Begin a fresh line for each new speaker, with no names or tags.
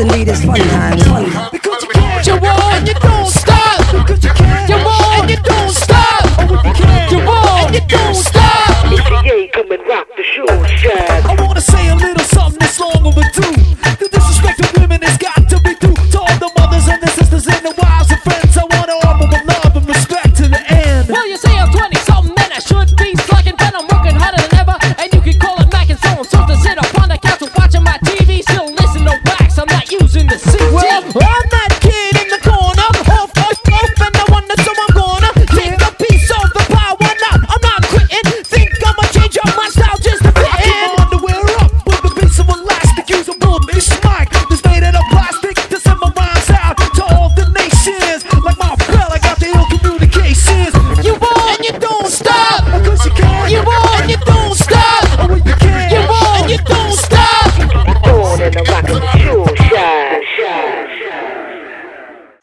indeed is fun times. Fun.